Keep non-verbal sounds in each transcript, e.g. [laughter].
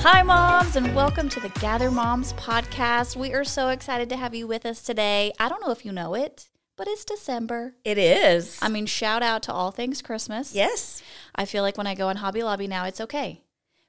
Hi, moms, and welcome to the Gather Moms podcast. We are so excited to have you with us today. I don't know if you know it, but it's December. It is. I mean, shout out to all things Christmas. yes. I feel like when I go on Hobby Lobby now, it's okay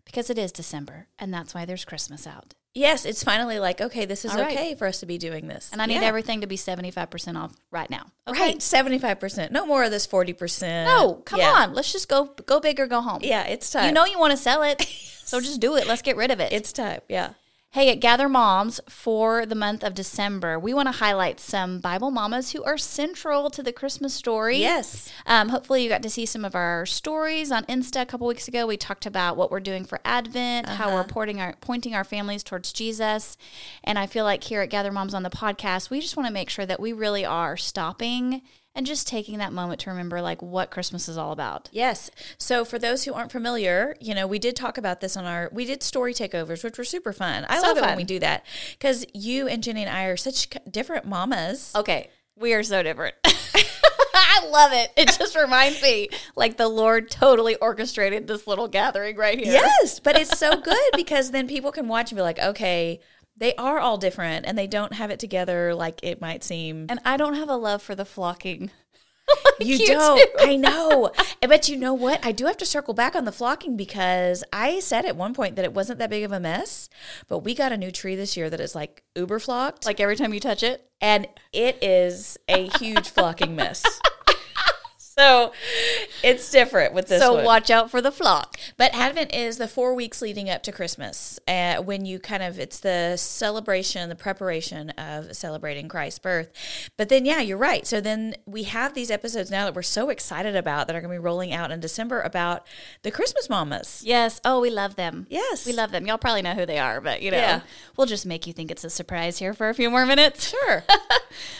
because it is December, and that's why there's Christmas out. Yes, it's finally like, okay, this is All right. okay for us to be doing this. And I need Yeah. everything to be 75% off right now. Okay. Right, 75%. No more of this 40%. No, come Yeah. on. Let's just go go big or go home. Yeah, it's time. You know you want to sell [laughs] it. so just do it. Let's get rid of it. it's time. Yeah. Hey, at Gather Moms for the month of December, we want to highlight some Bible mamas who are central to the Christmas story. Yes. Um, hopefully, you got to see some of our stories on Insta a couple weeks ago. We talked about what we're doing for Advent, how we're porting our, pointing our families towards Jesus. And I feel like here at Gather Moms on the podcast, we just want to make sure that we really are stopping and just taking that moment to remember like what Christmas is all about. Yes. So for those who aren't familiar, you know, we did talk about this on our we did story takeovers, which were super fun. I So love it when fun. we do that because you and Jenny and I are such c- different mamas. Okay, we are so different. [laughs] I love it. It just reminds me like the Lord totally orchestrated this little gathering right here. Yes, but it's [laughs] so good because then people can watch and be like, okay, they are all different and they don't have it together like it might seem. And I don't have a love for the flocking. You you don't. I know. But you know what? I do have to circle back on the flocking because I said at one point that it wasn't that big of a mess, but we got a new tree this year that is like uber flocked. Like every time you touch it, and it is a huge flocking [laughs] mess. so it's different with this so one. watch out for the flock. But Advent is the four weeks leading up to Christmas, uh, when you kind of it's the celebration, the preparation of celebrating Christ's birth. But then, yeah, you're right. So then we have these episodes now that we're so excited about that are going to be rolling out in December about the Christmas mamas. Yes. Oh, we love them. Yes. We love them. Y'all probably know who they are, but you know, Yeah. we'll just make you think it's a surprise here for a few more minutes. Sure. [laughs]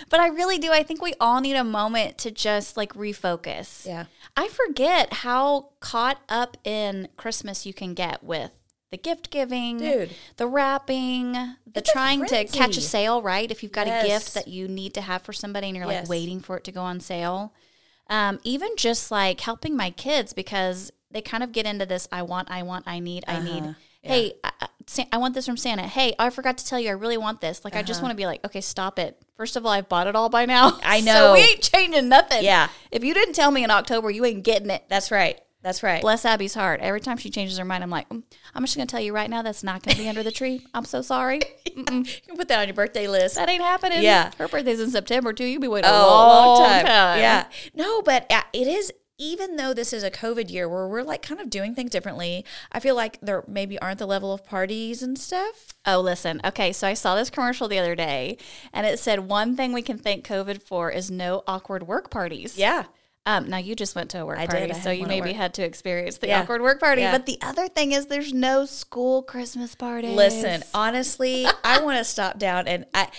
But I really do. I think we all need a moment to just like refocus. yeah. I forget how caught up in Christmas you can get with the gift giving, Dude. the wrapping, the It's a trying to frenzy. catch a sale, right? If you've got a Yes. gift that you need to have for somebody and you're Yes. like waiting for it to go on sale. Um, even just like helping my kids because they kind of get into this I want, I want, I need, Uh-huh. I need. Hey, I, I- Sa- I want this from Santa. Hey, I forgot to tell you, I really want this. Like, I just want to be like, okay, stop it. First of all, I've bought it all by now. Uh-huh. I [laughs] so know. we ain't changing nothing. Yeah. If you didn't tell me in October, you ain't getting it. That's right. That's right. Bless Abby's heart. Every time she changes her mind, I'm like, "Mm, I'm just going to tell you right now, that's not going to be under the tree. I'm [laughs] so sorry. Mm-mm. You can put that on your birthday list. That ain't happening. Yeah. Her birthday's in September, too. You'll be waiting a a long, time. Yeah. No, but uh, it is. Even though this is a COVID year where we're like kind of doing things differently, I feel like there maybe aren't the level of parties and stuff. Oh, listen. Okay. So I saw this commercial the other day, and it said, one thing we can thank COVID for is no awkward work parties. Yeah. Um, now you just went to a work I did. party, I so had you one at maybe work. had to experience the Yeah. awkward work party. Yeah. But the other thing is, there's no school Christmas party. Listen, honestly, [laughs] I want to stop down and I.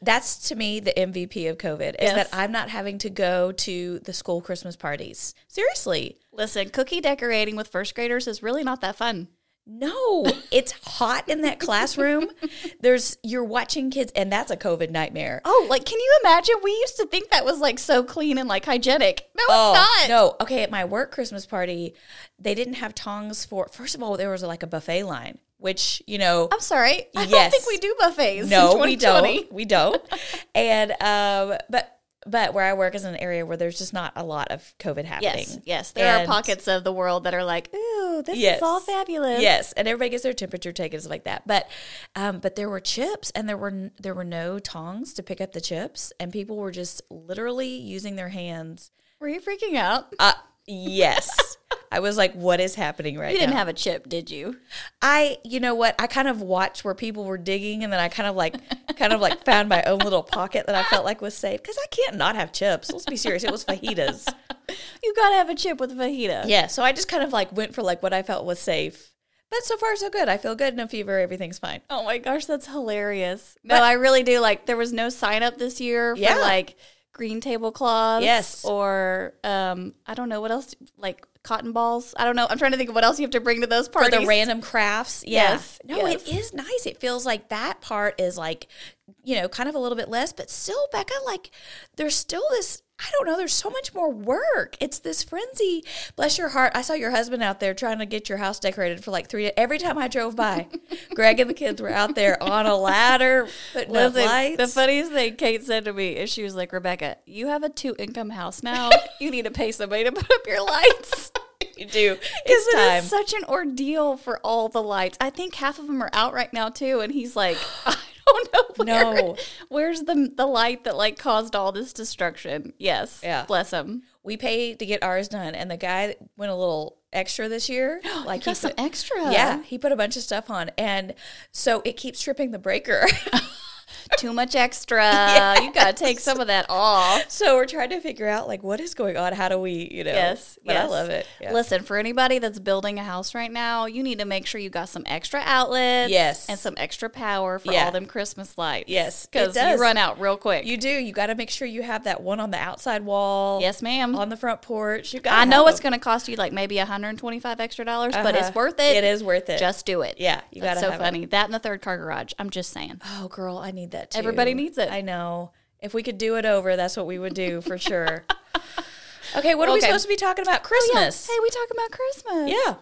That's to me the MVP of COVID is Yes. that I'm not having to go to the school Christmas parties. Seriously. listen, cookie decorating with first graders is really not that fun. [laughs] No, it's hot in that classroom. There's you're watching kids and that's a COVID nightmare. Oh, like can you imagine? We used to think that was like so clean and like hygienic. Oh, No, it's not. Oh, No, okay. At my work Christmas party, they didn't have tongs for. First of all, there was like a buffet line, which you know, I'm sorry. I don't Yes. think we do [laughs] buffets. no, in we 2020. don't, we don't. and um, but but where I work is an area where there's just not a lot of COVID happening. Yes, yes. There And- are pockets of the world that are like, ooh, this Yes. is all fabulous. Yes, and everybody gets their temperature taken and stuff like that. But, um, but there were chips, and there were n- there were no tongs to pick up the chips, and people were just literally using their hands. Were you freaking out? Uh, [laughs] yes, I was like, "What is happening right You now?" didn't have a chip, did you? I, you know what? I kind of watched where people were digging, and then I kind of like, kind of [laughs] like found my own little pocket that I felt like was safe because I can't not have chips. Let's be serious. It was fajitas. you gotta have a chip with fajita. [laughs] Yeah, so I just kind of like went for like what I felt was safe. But so far so good. I feel good, no fever, everything's fine. Oh my gosh, that's hilarious. No, I really do. Like, there was no sign up this year for Yeah. like green tablecloths. Yes. Or, um, I don't know what else, like cotton balls. I don't know. I'm trying to think of what else you have to bring to those Or parties. the random crafts. Yeah. Yes, No, yes. it is nice. It feels like that part is like, you know, kind of a little bit less, but still, Becca, like there's still this. I don't know. There's so much more work. It's this frenzy. Bless your heart. I saw your husband out there trying to get your house decorated for like three. Every time I drove [laughs] by, Greg and the kids were out there on a ladder putting up Listen, lights. the funniest thing Kate said to me is she was like, Rebecca, you have a two income house [laughs] now. you need to pay somebody to put up your lights. you [laughs] do. Because It's it is time. such an ordeal for all the lights. I think half of them are out right now too, and he's [gasps] like, I don't know. Where, No. where's the the light that like caused all this destruction? Yes, Yeah. bless him. we pay to get ours done, and the guy went a little extra this year. [gasps] Like Got some put- [laughs] extra. Yeah, he put a bunch of stuff on, and so it keeps tripping the [laughs] breaker. [laughs] too much extra. You gotta take some of that off. so we're trying to figure out like what is going on. How do we, you know? Yes, Oh, but I yes. love it. Yeah. Listen, for anybody that's building a house right now, you need to make sure you got some extra outlets, Yes. and some extra power for Yeah. all them Christmas lights, Yes, it because you does. run out real quick. You do. You got to make sure you have that one on the outside wall. yes, ma'am. on the front porch. You got. I know it's going to cost you like maybe 125 extra dollars, but it's worth it. Uh-huh. It is worth it. Just do it. yeah, you got That's to. so have it. funny. That in the third car garage. I'm just saying. Oh, girl, I need that too. Everybody needs it. I know. If we could do it over, that's what we would do for [laughs] sure. okay, what are we Okay. Oh, supposed to be talking about? Yeah. Christmas. Hey, we talk about Christmas. yeah.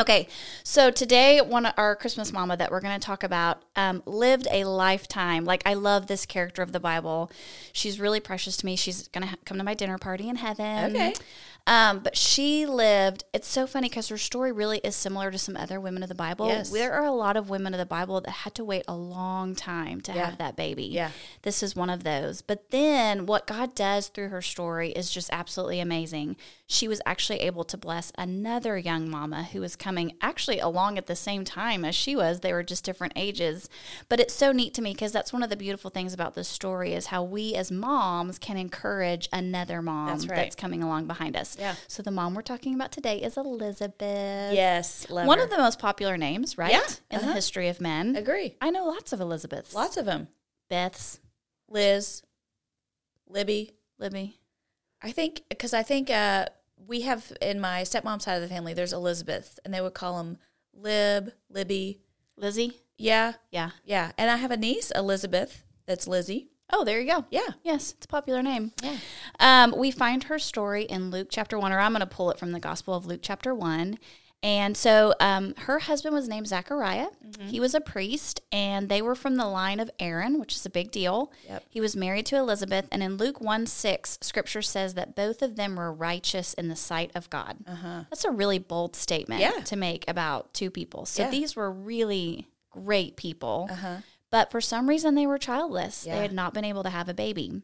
Okay. So today, one of our Christmas mama that we're going to talk about um, lived a lifetime. Like, I love this character of the Bible. She's really precious to me. She's going to ha- come to my dinner party in heaven. Okay. Um, but she lived, it's so funny because her story really is similar to some other women of the Bible. Yes. There are a lot of women of the Bible that had to wait a long time to Yeah. have that baby. Yeah. This is one of those. But then what God does through her story is just absolutely amazing. She was actually able to bless another young mama who was coming actually along at the same time as she was. They were just different ages. But it's so neat to me because that's one of the beautiful things about this story is how we as moms can encourage another mom That's right. that's coming along behind us. Yeah. So the mom we're talking about today is Elizabeth. Yes. Love One her. of the most popular names, right? Yeah, In the uh-huh. history of men. agree. I know lots of Elizabeths. Lots of them. Beths, Liz, Libby. Libby. I think because I think uh, we have in my stepmom side of the family. There's Elizabeth, and they would call them Lib, Libby. Lizzie? Yeah, Yeah. yeah. And I have a niece, Elizabeth. That's Lizzie. Oh, there you go. Yeah. Yes, it's a popular name. Yeah. Um, we find her story in Luke chapter 1, or I'm going to pull it from the Gospel of Luke chapter 1. And so um, her husband was named Zachariah. Mm-hmm. He was a priest, and they were from the line of Aaron, which is a big deal. Yep. He was married to Elizabeth. And in Luke 1 6, scripture says that both of them were righteous in the sight of God. Uh-huh. That's a really bold statement Yeah. to make about two people. So Yeah. these were really great people. Uh-huh. But for some reason, they were childless. They Yeah. had not been able to have a baby.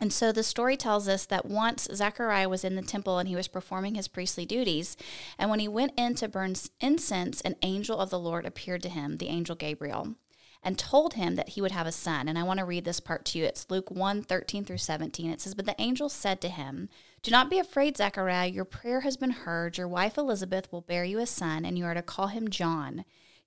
And so the story tells us that once Zechariah was in the temple and he was performing his priestly duties, and when he went in to burn s- incense, an angel of the Lord appeared to him, the angel Gabriel, and told him that he would have a son. And I want to read this part to you. It's Luke 1 13 through 17. It says, But the angel said to him, Do not be afraid, Zechariah. Your prayer has been heard. Your wife Elizabeth will bear you a son, and you are to call him John.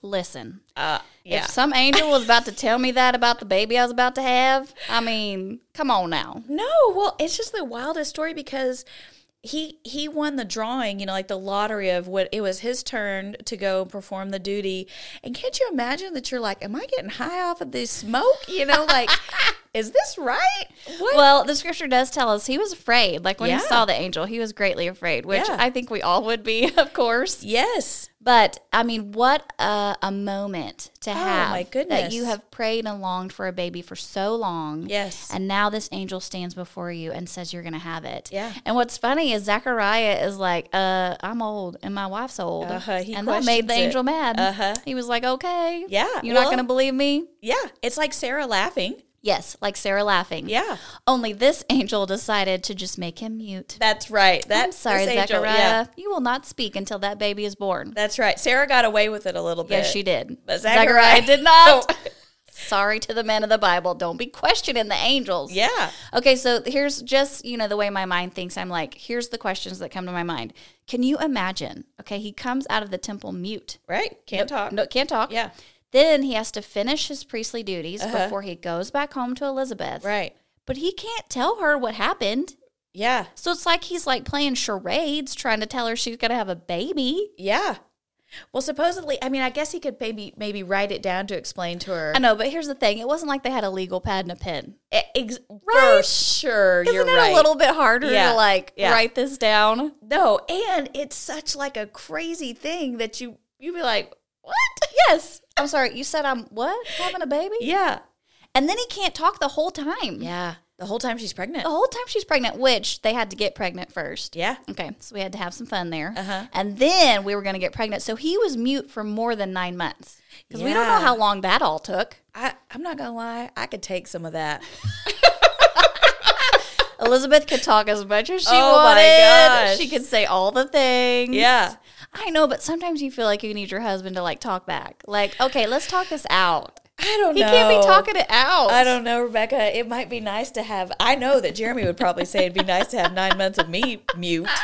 Listen, Uh, yeah. if some angel was about to tell me that about the baby I was about to have, I mean, come on now. No, well, it's just the wildest story because he he won the drawing, you know, like the lottery of what it was his turn to go perform the [laughs] duty. And can't you imagine that you're like, am I getting high off of this smoke? You know, like is this right? What? Well, the scripture does tell us he was afraid. Like when Yeah. he saw the angel, he was greatly afraid, which Yeah. I think we all would be, [laughs] of course. yes. But I mean, what a, a moment to have Oh, my that goodness. you have prayed and longed for a baby for so long. Yes. And now this angel stands before you and says you're going to have it. Yeah. And what's funny is Zechariah is like, uh, I'm old and my wife's old. Uh-huh, he and that made the questions it. angel mad. Uh-huh. He was like, okay. Yeah, You're not well- going to believe me? Yeah. It's like Sarah laughing. Yes. Like Sarah laughing. Yeah. Only this angel decided to just make him mute. That's right. That, I'm sorry, this angel- Zechariah. yeah. You will not speak until that baby is born. That's right. Sarah got away with it a little bit. Yes, she did. But Zechariah, Zechariah- did not. Sorry to the men of the Bible. Don't be questioning the angels. [laughs] Yeah. Okay, so here's just, you know, the way my mind thinks. I'm like, here's the questions that come to my mind. Can you imagine? Okay, he comes out of the temple mute. Right. Can't talk. No, can't talk. Yeah. Uh-huh. Then he has to finish his priestly duties before he goes back home to Elizabeth. Right. But he can't tell her what happened. Yeah. So it's like he's like playing charades, trying to tell her she's going to have a baby. Yeah. Well, supposedly, I mean, I guess he could maybe maybe write it down to explain to her. E, I know, but here's the thing. It wasn't like they had a legal pad and a pen. Ex- For Right? sure, Isn't you're it right. a little bit harder Yeah. to like Yeah. write this down? no, and it's such like a crazy thing that you you be like, what? Yes. I'm sorry. You said I'm what? Having a baby? Yeah, And then he can't talk the whole time. yeah. The whole time she's pregnant. The whole time she's pregnant, which they had to get pregnant first. Yeah, Okay. So we had to have some fun there. Uh-huh. And then we were going to get pregnant. So he was mute for more than nine months because we don't know Yeah. how long that all took. I I'm not gonna lie, I could take some of that. Elizabeth could talk as much as she Oh my wanted. gosh. She could say all the things. Yeah. I know, but sometimes you feel like you need your husband to like talk back. Like, okay, let's talk this out. I don't He know. can't be talking it out. I don't know, Rebecca. It might be nice to have. I know that Jeremy would probably say it'd be nice to have nine months of me mute. [laughs]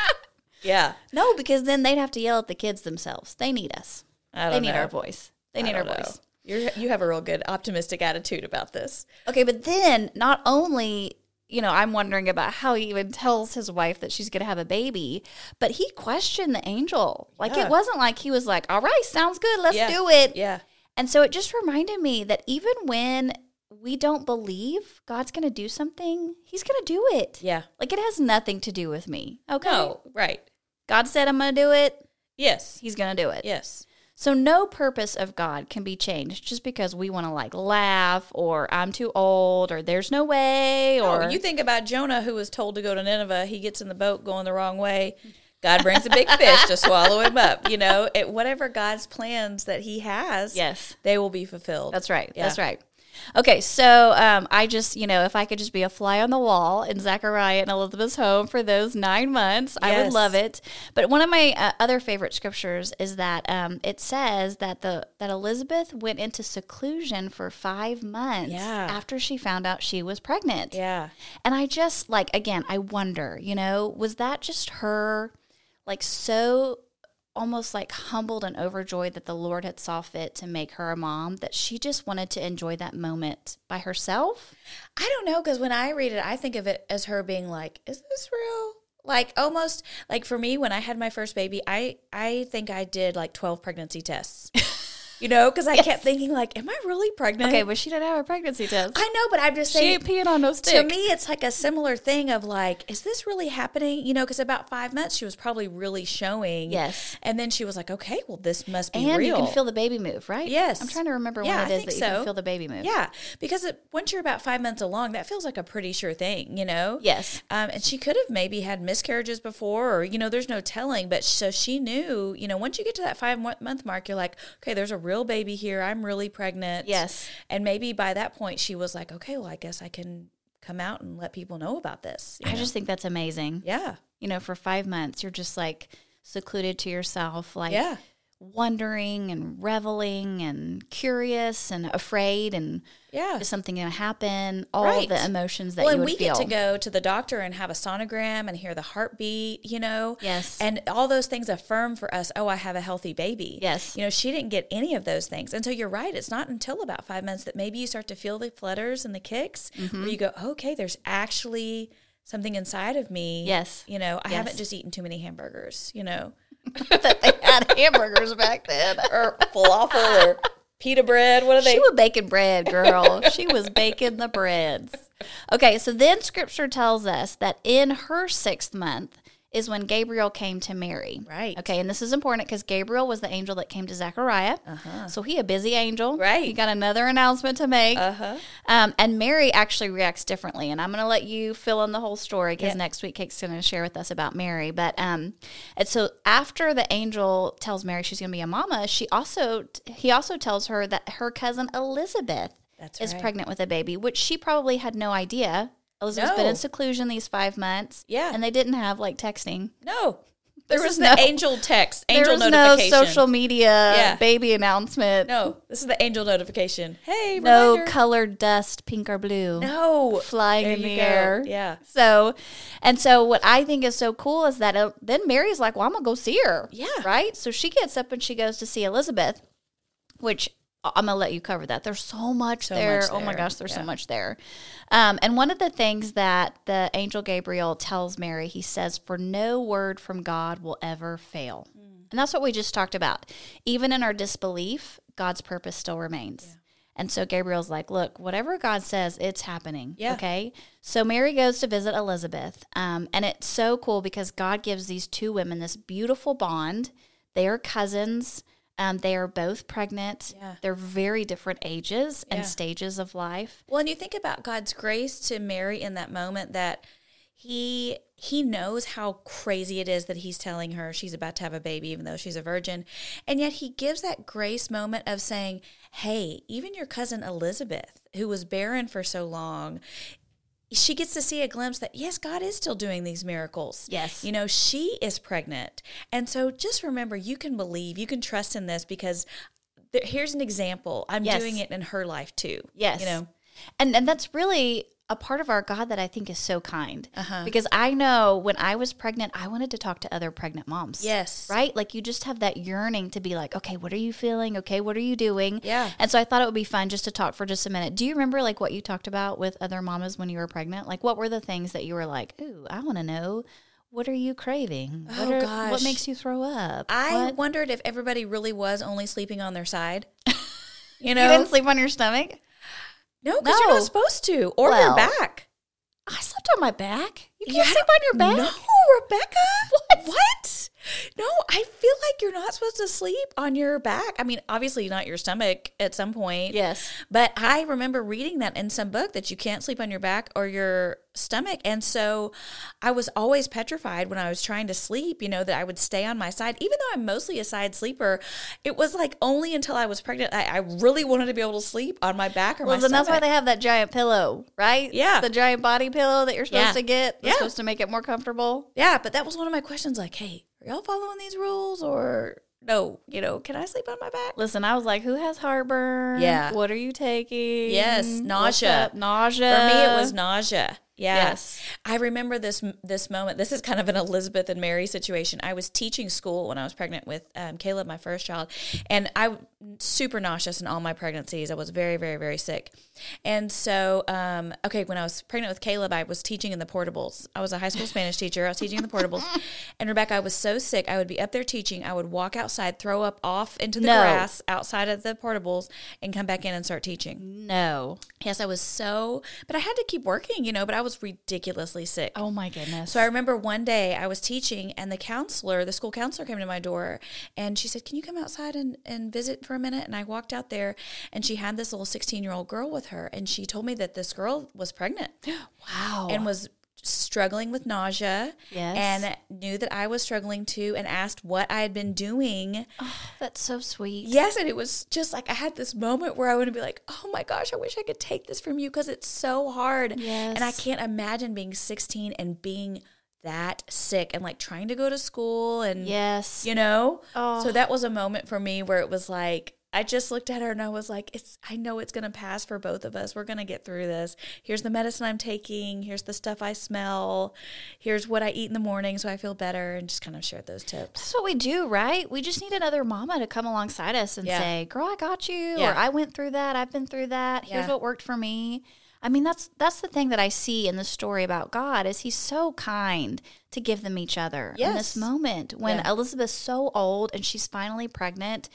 Yeah, No, because then they'd have to yell at the kids themselves. They need us. I They don't need know. our voice. They I need our don't know. voice. You're, you have a real good optimistic attitude about this. Okay, but then not only, you know, I'm wondering about how he even tells his wife that she's going to have a baby, but he questioned the angel. Like Yeah. it wasn't like he was like, "All right, sounds good. Let's Yeah. do it." Yeah. And so it just reminded me that even when we don't believe God's going to do something, he's going to do it. Yeah. Like it has nothing to do with me. Okay. No, right. God said I'm going to do it. Yes. He's going to do it. Yes. So no purpose of God can be changed just because we want to like laugh or I'm too old or there's no way or oh, you think about Jonah who was told to go to Nineveh, he gets in the boat going the wrong way. God brings a [laughs] big fish to swallow him up. You know, it, whatever God's plans that he has, Yes. they will be fulfilled. That's right. Yeah. That's right. Okay, so um, I just, you know, if I could just be a fly on the wall in Zachariah and Elizabeth's home for those nine months, I would Yes. love it. But one of my uh, other favorite scriptures is that um, it says that the that Elizabeth went into seclusion for five months Yeah. after she found out she was pregnant. Yeah. And I just like again, I wonder, you know, was that just her like so almost like humbled and overjoyed that the Lord had saw fit to make her a mom that she just wanted to enjoy that moment by herself? I don't know because when I read it, I think of it as her being like, "Is this real?" Like almost like for me, when I had my first baby, I I think I did like twelve pregnancy [laughs] tests. you know, because I kept thinking like, "Am I really pregnant?" Okay, but she didn't have a pregnancy test. I know, but I'm just She saying. ain't peeing on no To stick. me, it's like a similar thing of like, is this really happening? You know, because about five months, she was probably really showing. Yes. And then she was like, okay, well, this must be and real. you can feel the baby move, right? Yes. I'm trying to remember Yeah, I when it is think that you can so. feel the baby move. yeah. Because it, once you're about five months along, that feels like a pretty sure thing, you know? Yes. Um, and she could have maybe had miscarriages before, or you know, there's no telling. But so she knew, you know, once you get to that five mo- month mark, you're like, okay, there's a real baby here. I'm really pregnant. Yes. And maybe by that point, she was like, okay, well, I guess I can come out and let people know about this. you I know? just think that's amazing. yeah, You know, for five months, you're just like secluded to yourself, like yeah, wondering and reveling and curious and afraid and yeah. is something going to happen? All Right. the emotions that Well, you and we would feel. get to go to the doctor and have a sonogram and hear the heartbeat, you know? Yes. And all those things affirm for us, oh, I have a healthy baby. Yes. You know, she didn't get any of those things. And so you're right. It's not until about five months that maybe you start to feel the flutters and the kicks Mm-hmm. where you go, okay, there's actually something inside of me. Yes. You know, I haven't Yes. just eaten too many hamburgers, you know, [laughs] that they had hamburgers back then. or [laughs] falafel or pita bread. What are they? She was baking bread, girl. she was baking the breads. Okay, so then scripture tells us that in her sixth month is when Gabriel came to Mary. Right. Okay, and this is important because Gabriel was the angel that came to Zechariah. Uh-huh. So he a busy angel. Right. He got another announcement to make. Uh-huh. Um, and Mary actually reacts differently. And I'm going to let you fill in the whole story because Yep. next week Kate's going to share with us about Mary. But um, and so after the angel tells Mary she's going to be a mama, she also he also tells her that her cousin Elizabeth That's is right. pregnant with a baby, which she probably had no idea. Elizabeth's been No. in seclusion these five months. Yeah. And they didn't have like texting. No. There This was is no no- angel text, There angel was no notification. social media Yeah. baby announcement. No, this is the angel notification. Hey, No reminder. colored dust, pink or blue. no Flying There in you the go. air. Yeah, So, and so what I think is so cool is that uh, then Mary's like, well, I'm going to go see her. Yeah. Right? So she gets up and she goes to see Elizabeth, which I- I'm going to let you cover that. There's so much, So there. much Oh my there. gosh, there's so Yeah. much there. Um, and one of the things that the angel Gabriel tells Mary, he says, for no word from God will ever fail. Mm. And that's what we just talked about. Even in our disbelief, God's purpose still remains. And so Gabriel's like, look, whatever God says, it's happening. Yeah. Okay. So Mary goes to visit Elizabeth. Um, and it's so cool because God gives these two women this beautiful bond. They are cousins. Um, they are both pregnant. Yeah. They're very different ages and Yeah. stages of life. Well, and you think about God's grace to Mary in that moment that he he knows how crazy it is that he's telling her she's about to have a baby even though she's a virgin. And yet he gives that grace moment of saying, "Hey, even your cousin Elizabeth, who was barren for so long, she gets to see a glimpse that yes, God is still doing these miracles. Yes. You know, she is pregnant. And so just remember you can believe, you can trust in this because there, here's an example. I'm Yes. doing it in her life too. Yes. You know. And and that's really a part of our God that I think is so kind. Uh-huh. Because I know when I was pregnant, I wanted to talk to other pregnant moms. Yes. Right? Like you just have that yearning to be like, okay, what are you feeling? Okay, what are you doing? Yeah. And so I thought it would be fun just to talk for just a minute. Do you remember like what you talked about with other mamas when you were pregnant? Like what were the things that you were like, ooh, I want to know. What are you craving? Oh, what are, What gosh. makes you throw up? I What- wondered if everybody really was only sleeping on their side. [laughs] You you know, didn't sleep on your stomach. no, because you're No. not supposed to, or Well, your back. I slept on my back. You can't You had- sleep on your back. No, Rebecca. [laughs] What? What? No, I feel like you're not supposed to sleep on your back. I mean, obviously not your stomach at some point. Yes. But I remember reading that in some book that you can't sleep on your back or your stomach. And so I was always petrified when I was trying to sleep, you know, that I would stay on my side. Even though I'm mostly a side sleeper, it was like only until I was pregnant I, I really wanted to be able to sleep on my back or Well, my and that's why stomach. they have that giant pillow, right? Yeah. The giant body pillow that you're supposed Yeah. to get. That's Yeah. supposed to make it more comfortable. yeah, but that was one of my questions like, hey, are y'all following these rules or no, you know, can I sleep on my back? Listen, I was like, who has heartburn? Yeah. What are you taking? Yes, Mm-hmm. What's nausea. up? Nausea. For me, it was nausea. Yeah. Yes. I remember this this moment. This is kind of an Elizabeth and Mary situation. I was teaching school when I was pregnant with um, Caleb, my first child, and I super nauseous in all my pregnancies. I was very, very, very sick. And so, um, okay, when I was pregnant with Caleb, I was teaching in the portables. I was a high school Spanish teacher. I was teaching in the [laughs] portables, and Rebecca, I was so sick. I would be up there teaching. I would walk outside, throw up off into the No. grass outside of the portables, and come back in and start teaching. No. Yes, I was so, but I had to keep working, you know, but I was ridiculously sick. Oh my goodness. So I remember one day I was teaching and the counselor, the school counselor came to my door and she said, Can you come outside and, and visit for a minute? And I walked out there and she had this little 16 year old girl with her. And she told me that this girl was [gasps] pregnant Oh, wow. and was struggling with nausea Yes. and knew that I was struggling too and asked what I had been doing. that's so sweet. Yes, and it was just like I had this moment where I would be like, "Oh my gosh, I wish I could take this from you because it's so hard." Yes. And I can't imagine being 16 and being that sick and like trying to go to school and Yes. you know. Oh. So that was a moment for me where it was like I just looked at her and I was like, "It's I know it's going to pass for both of us. We're going to get through this. Here's the medicine I'm taking. Here's the stuff I smell. Here's what I eat in the morning so I feel better." And just kind of shared those tips. That's what we do, right? We just need another mama to come alongside us and Yeah. say, "Girl, I got you," Yeah. or "I went through that. I've been through that. Here's Yeah. what worked for me." I mean, that's that's the thing that I see in the story about God is He's so kind to give them each other in Yes. this moment when Yeah. Elizabeth's so old and she's finally pregnant.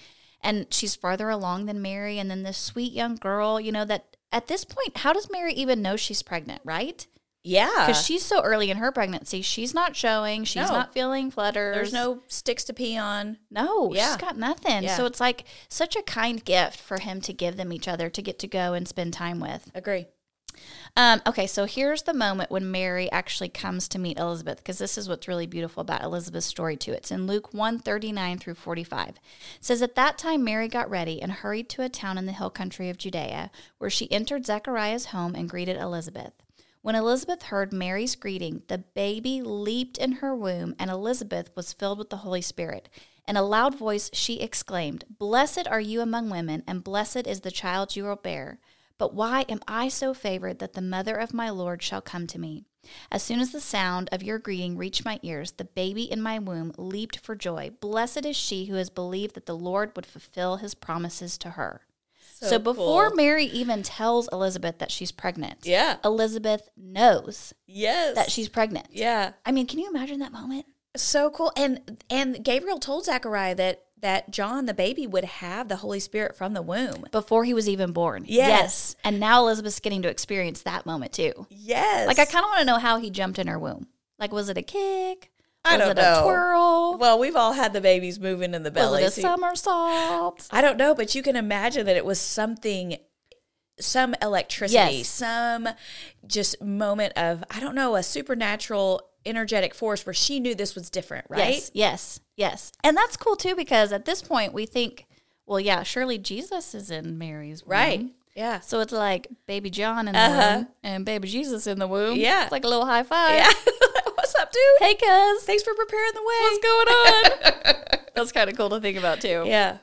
and she's farther along than Mary. And then this sweet young girl, you know, that at this point, how does Mary even know she's pregnant, right? Yeah. Because she's so early in her pregnancy. She's not showing, she's Uh. No. not feeling flutters. There's no sticks to pee on. No, Yeah. she's got nothing. Yeah. So it's like such a kind gift for him to give them each other to get to go and spend time with. Agree. Um, okay, so here's the moment when Mary actually comes to meet Elizabeth because this is what's really beautiful about Elizabeth's story too. It's in Luke 139 through 45. It says at that time Mary got ready and hurried to a town in the hill country of Judea where she entered Zechariah's home and greeted Elizabeth. When Elizabeth heard Mary's greeting, the baby leaped in her womb and Elizabeth was filled with the Holy Spirit. In a loud voice she exclaimed, "Blessed are you among women and blessed is the child you will bear." But why am I so favored that the mother of my Lord shall come to me? As soon as the sound of your greeting reached my ears, the baby in my womb leaped for joy. Blessed is she who has believed that the Lord would fulfill his promises to her. So, before cool. Mary even tells Elizabeth that she's pregnant, Yeah. Elizabeth knows Yes. that she's pregnant. Yeah. I mean, can you imagine that moment? So cool. And and Gabriel told Zachariah that that John the baby would have the Holy Spirit from the womb. Before he was even born. Yes. And now Elizabeth's getting to experience that moment too. Yes. Like, I kind of want to know how he jumped in her womb. Like, was it a kick? I was don't it know. a twirl? Well, we've all had the babies moving in the belly. Was it so a you- somersault? I don't know, but you can imagine that it was something some electricity, Yes. some just moment of I don't know, a supernatural energetic force where she knew this was different, right? Yes, yes, yes. And that's cool too because at this point we think, well, yeah, surely Jesus is in Mary's womb. Right. Yeah. So it's like baby John in the Uh-huh. womb and baby Jesus in the womb. Yeah. It's like a little high five. Yeah. [laughs] What's up, dude? Hey, cuz. Thanks for preparing the way. What's going on? [laughs] that's kind of cool to think about too. Yeah.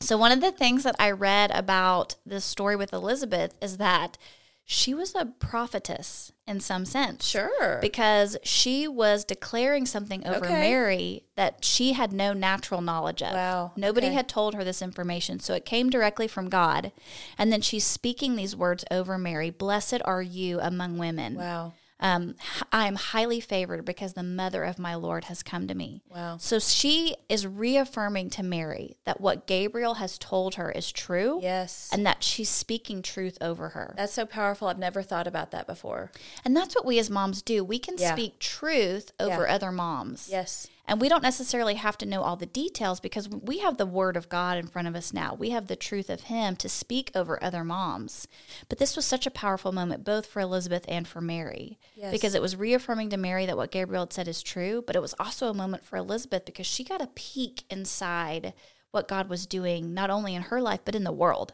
So, one of the things that I read about this story with Elizabeth is that she was a prophetess in some sense. Sure. because she was declaring something over Okay. Mary that she had no natural knowledge of. Wow, Nobody okay. had told her this information. So it came directly from God. And then she's speaking these words over Mary Blessed are you among women. wow. Um, h- I am highly favored because the mother of my Lord has come to me. Wow. So she is reaffirming to Mary that what Gabriel has told her is true Yes. and that she's speaking truth over her. That's so powerful. I've never thought about that before. And that's what we as moms do. We can Yeah. speak truth over other moms. Yes. And we don't necessarily have to know all the details because we have the word of God in front of us now. We have the truth of Him to speak over other moms. But this was such a powerful moment, both for Elizabeth and for Mary, Yes. because it was reaffirming to Mary that what Gabriel had said is true. But it was also a moment for Elizabeth because she got a peek inside what God was doing, not only in her life, but in the world.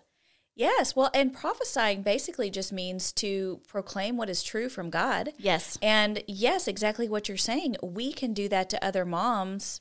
Yes. Well, and prophesying basically just means to proclaim what is true from God. Yes. And yes, exactly what you're saying. We can do that to other moms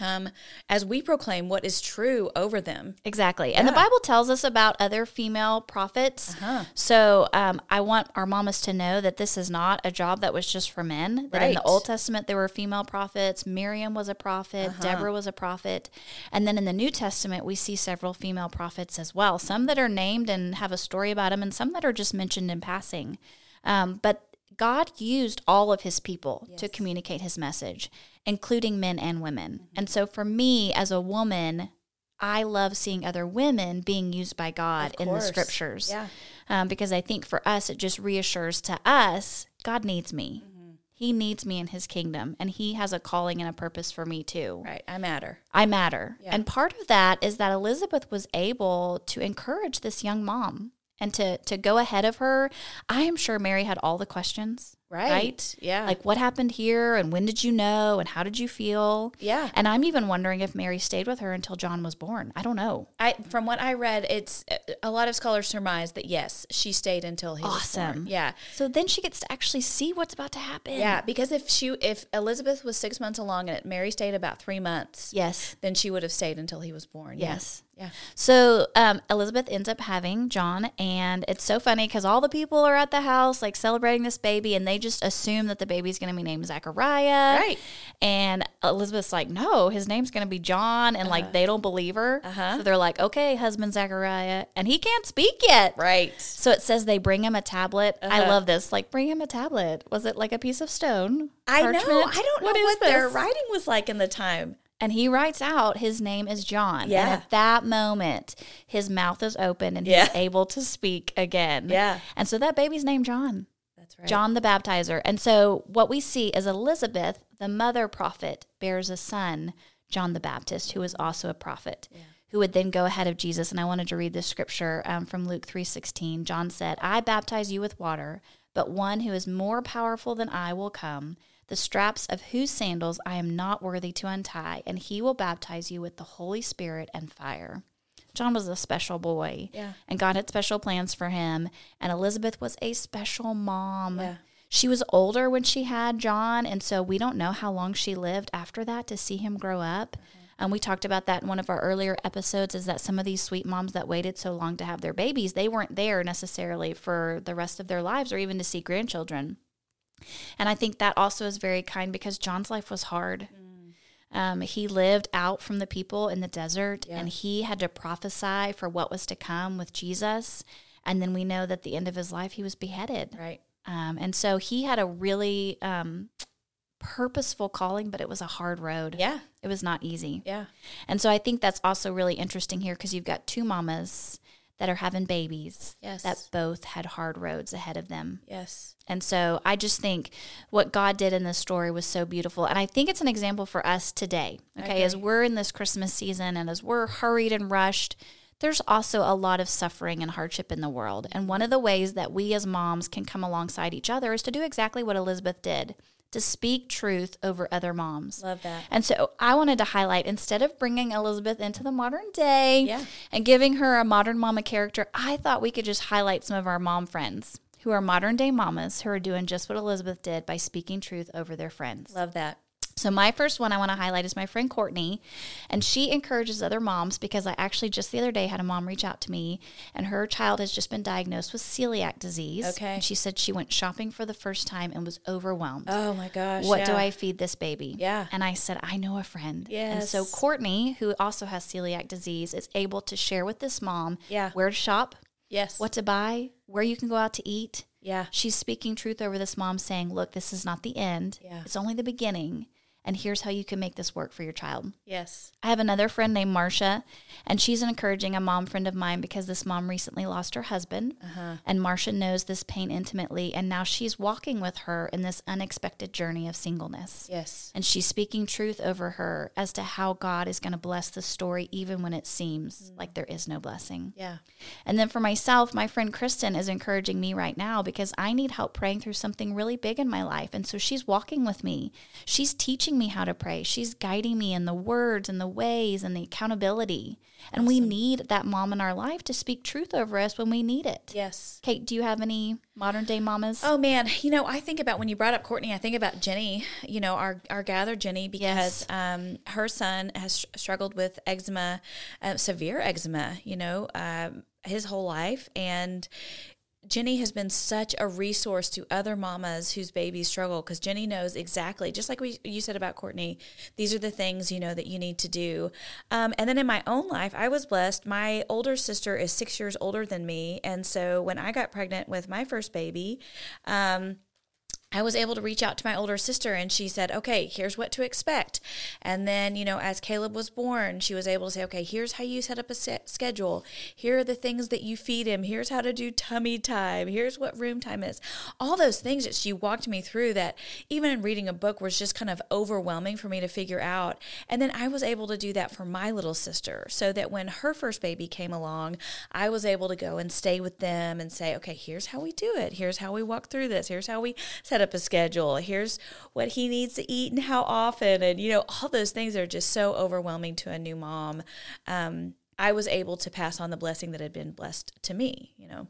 um, as we proclaim what is true over them. Exactly. And the Bible tells us about other female prophets. So um, I want our mamas to know that this is not a job that was just for men. That in Right. the Old Testament, there were female prophets. Miriam was a prophet, Deborah was a prophet. And then in the New Testament, we see several female prophets as well, some that are named and have a story about them, and some that are just mentioned in passing. Um, but God used all of his people to communicate his message, including men and women. And so for me as a woman, I love seeing other women being used by God Of in the course. scriptures. Yeah. Um, because I think for us, it just reassures to us God needs me. Mm-hmm. He needs me in his kingdom, and he has a calling and a purpose for me too. Right. I matter. I matter. And part of that is that Elizabeth was able to encourage this young mom and to to go ahead of her. I am sure Mary had all the questions. Right. Yeah. Like what happened here and when did you know and how did you feel? Yeah. And I'm even wondering if Mary stayed with her until John was born. I don't know. I, from what I read, it's a lot of scholars surmise that yes, she stayed until he was Awesome. born. Yeah. So then she gets to actually see what's about to happen. Yeah, because if she if Elizabeth was six months along and Mary stayed about three months, Yes. then she would have stayed until he was born. Yeah. Yes. Yeah. So um, Elizabeth ends up having John, and it's so funny because all the people are at the house like celebrating this baby, and they just assume that the baby's going to be named Zachariah. Right. And Elizabeth's like, no, his name's going to be John, and like they don't believe her. Uh-huh. So they're like, okay, husband Zachariah, and he can't speak yet. Right. So it says they bring him a tablet. I Uh-huh. love this. Like, bring him a tablet. Was it like a piece of stone? I know. I Parchment? don't know is what their this? writing was like in the time. And he writes out his name is John. Yeah. And at that moment, his mouth is open and Yeah. he's able to speak again. Yeah. And so that baby's named John. That's right. John the Baptizer. And so what we see is Elizabeth, the mother prophet, bears a son, John the Baptist, who is also a prophet, who would then go ahead of Jesus. And I wanted to read this scripture um, from Luke 3.16. John said, I baptize you with water, but one who is more powerful than I will come, the straps of whose sandals I am not worthy to untie, and he will baptize you with the Holy Spirit and fire. John was a special boy. Yeah. And God had special plans for him. And Elizabeth was a special mom. Yeah. She was older when she had John. And so we don't know how long she lived after that to see him grow up. And we talked about that in one of our earlier episodes is that some of these sweet moms that waited so long to have their babies, they weren't there necessarily for the rest of their lives or even to see grandchildren. And I think that also is very kind because John's life was hard. Um, he lived out from the people in the desert Mm. Yeah. and he had to prophesy for what was to come with Jesus. And then we know that the end of his life, he was beheaded. Right. Um, and so he had a really um, purposeful calling, but it was a hard road. Yeah. It was not easy. Yeah. And so I think that's also really interesting here because you've got two mamas that are having babies Yes. that both had hard roads ahead of them. Yes. And so I just think what God did in this story was so beautiful. And I think it's an example for us today. Okay. agree. As we're in this Christmas season and as we're hurried and rushed, there's also a lot of suffering and hardship in the world. And one of the ways that we as moms can come alongside each other is to do exactly what Elizabeth did to speak truth over other moms. Love that. And so I wanted to highlight instead of bringing Elizabeth into the modern day Yeah. and giving her a modern mama character, I thought we could just highlight some of our mom friends who are modern day mamas who are doing just what Elizabeth did by speaking truth over their friends. Love that. So my first one I want to highlight is my friend Courtney, and she encourages other moms because I actually just the other day had a mom reach out to me, and her child has just been diagnosed with celiac disease. Okay. and she said she went shopping for the first time and was overwhelmed. Oh my gosh. What do yeah. I feed this baby? Yeah. And I said, I know a friend. And so Yes. Courtney, who also has celiac disease, is able to share with this mom Yeah. where to shop, Yes. what to buy, where you can go out to eat. Yeah. She's speaking truth over this mom saying, Look, this is not the end. Yeah. It's only the beginning. And here's how you can make this work for your child. Yes. I have another friend named Marsha, and she's encouraging a mom friend of mine because this mom recently lost her husband. Uh-huh. And Marsha knows this pain intimately, and now she's walking with her in this unexpected journey of singleness. Yes. And she's speaking truth over her as to how God is going to bless this story, even when it seems like there is no blessing. Yeah. And then for myself, my friend Kristen is encouraging me right now because I need help praying through something really big in my life. And so she's walking with me. She's teaching me how to pray. She's guiding me in the words and the ways and the accountability. And we need that mom in our life to speak truth over us when we need it. Yes. Kate, do you have any modern day mamas? Oh man, you know, I think about when you brought up Courtney, I think about Jenny, you know, our our gather Jenny because um, her son has str- struggled with eczema, uh, severe eczema, you know, um, his whole life and Jenny has been such a resource to other mamas whose babies struggle because Jenny knows exactly, just like we you said about Courtney, these are the things you know that you need to do. Um, and then in my own life, I was blessed. My older sister is six years older than me, and so when I got pregnant with my first baby, um, I was able to reach out to my older sister and she said, okay, here's what to expect. And then, you know, as Caleb was born, she was able to say, okay, here's how you set up a set schedule. Here are the things that you feed him. Here's how to do tummy time. Here's what room time is. All those things that she walked me through that even in reading a book was just kind of overwhelming for me to figure out. And then I was able to do that for my little sister so that when her first baby came along, I was able to go and stay with them and say, okay, here's how we do it. Here's how we walk through this. Here's how we set up a schedule. Here's what he needs to eat and how often. And, you know, all those things are just so overwhelming to a new mom. Um, I was able to pass on the blessing that had been blessed to me, you know.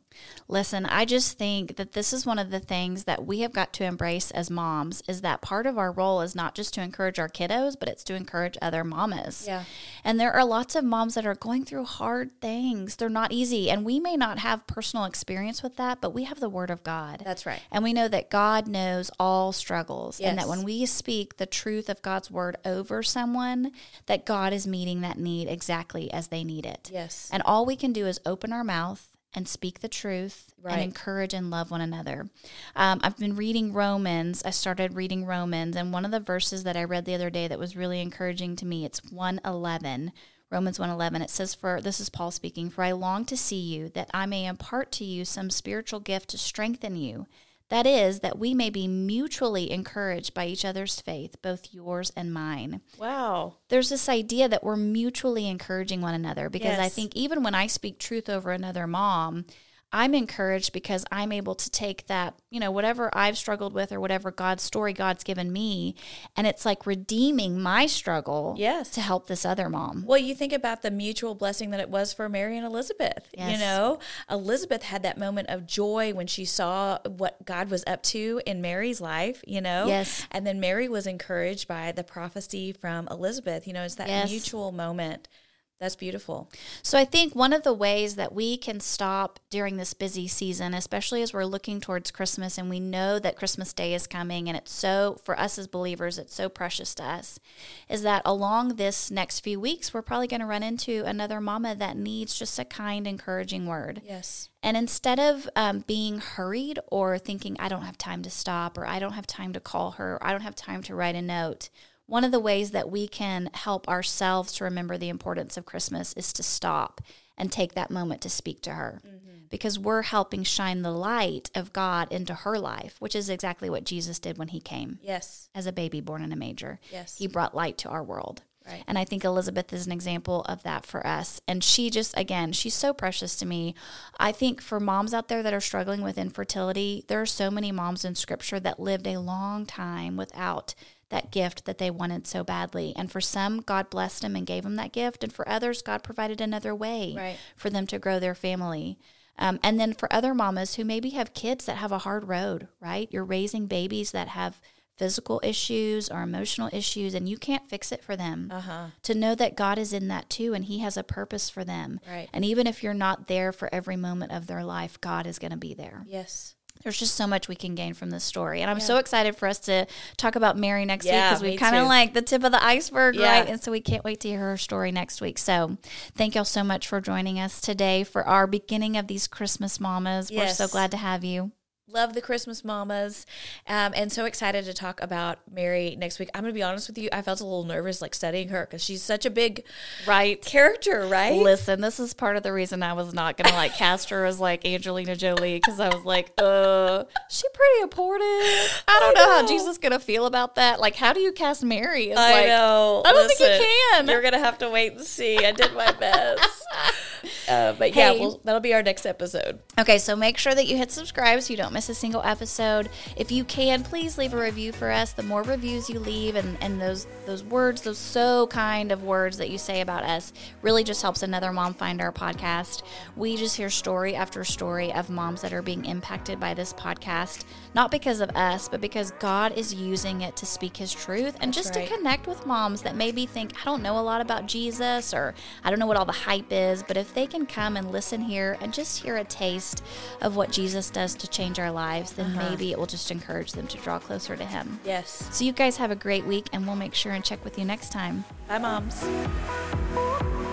Listen, I just think that this is one of the things that we have got to embrace as moms is that part of our role is not just to encourage our kiddos, but it's to encourage other mamas. Yeah. And there are lots of moms that are going through hard things. They're not easy. And we may not have personal experience with that, but we have the word of God. That's right. And we know that God knows all struggles and that Yes. when we speak the truth of God's word over someone, that God is meeting that need exactly as they need it. Yes. And all we can do is open our mouth and speak the truth Right. and encourage and love one another. Um, I've been reading Romans. I started reading Romans, and one of the verses that I read the other day that was really encouraging to me. It's one eleven. Romans 1:11 it says for this is Paul speaking for I long to see you that I may impart to you some spiritual gift to strengthen you that is that we may be mutually encouraged by each other's faith both yours and mine Wow. there's this idea that we're mutually encouraging one another because I Yes. think even when I speak truth over another mom, I'm encouraged because I'm able to take that, you know, whatever I've struggled with or whatever God's story God's given me, and it's like redeeming my struggle Yes. to help this other mom. Well, you think about the mutual blessing that it was for Mary and Elizabeth. You Yes. know, Elizabeth had that moment of joy when she saw what God was up to in Mary's life, you know? Yes. And then Mary was encouraged by the prophecy from Elizabeth. You know, it's that Yes. mutual moment. That's beautiful. So I think one of the ways that we can stop during this busy season, especially as we're looking towards Christmas and we know that Christmas Day is coming and it's so for us as believers, it's so precious to us, is that along this next few weeks, we're probably going to run into another mama that needs just a kind, encouraging word. Yes. And instead of um, being hurried or thinking, I don't have time to stop, or I don't have time to call her, or I don't have time to write a note, one of the ways that we can help ourselves to remember the importance of Christmas is to stop and take that moment to speak to her. Because we're helping shine the light of God into her life, which is exactly what Jesus did when he came Yes. as a baby born in a manger. Yes. He brought light to our world. Right. And I think Elizabeth is an example of that for us. And she just, again, she's so precious to me. I think for moms out there that are struggling with infertility, there are so many moms in scripture that lived a long time without that gift that they wanted so badly. And for some, God blessed them and gave them that gift. And for others, God provided another way Right. for them to grow their family. Um, and then for other mamas who maybe have kids that have a hard road, right? You're raising babies that have physical issues or emotional issues, and you can't fix it for them. Uh-huh. To know that God is in that too, and He has a purpose for them. Right. And even if you're not there for every moment of their life, God is going to be there. Yes. There's just so much we can gain from this story. And I'm so excited for us to talk about Mary next Yeah, week because me we've kind of too. like the tip of the iceberg, Yeah. right? And so we can't wait to hear her story next week. So thank y'all so much for joining us today for our beginning of these Christmas mamas. Yes. We're so glad to have you. Love the Christmas mamas, um, and so excited to talk about Mary next week. I'm going to be honest with you; I felt a little nervous like studying her because she's such a big Right. character, right? Listen, this is part of the reason I was not gonna like cast her as like Angelina Jolie because I was like, uh, she pretty important. I don't know, how know. Jesus gonna feel about that. Like, how do you cast Mary? As, I like, know. I don't think you can. You're gonna have to wait and see. I did my best. [laughs] uh, but yeah, Hey. we'll, that'll be our next episode. Okay, so make sure that you hit subscribe so you don't miss a single episode. If you can, please leave a review for us. The more reviews you leave and, and those those words, those so kind of words that you say about us really just helps another mom find our podcast. We just hear story after story of moms that are being impacted by this podcast, not because of us, but because God is using it to speak his truth and just right. to connect with moms that maybe think, I don't know a lot about Jesus or I don't know what all the hype is, but if they can come and listen here and just hear a taste of what Jesus does to change our lives, then maybe it will just encourage them to draw closer to Him. Yes. So, you guys have a great week, and we'll make sure and check with you next time. Bye, moms. Thank you.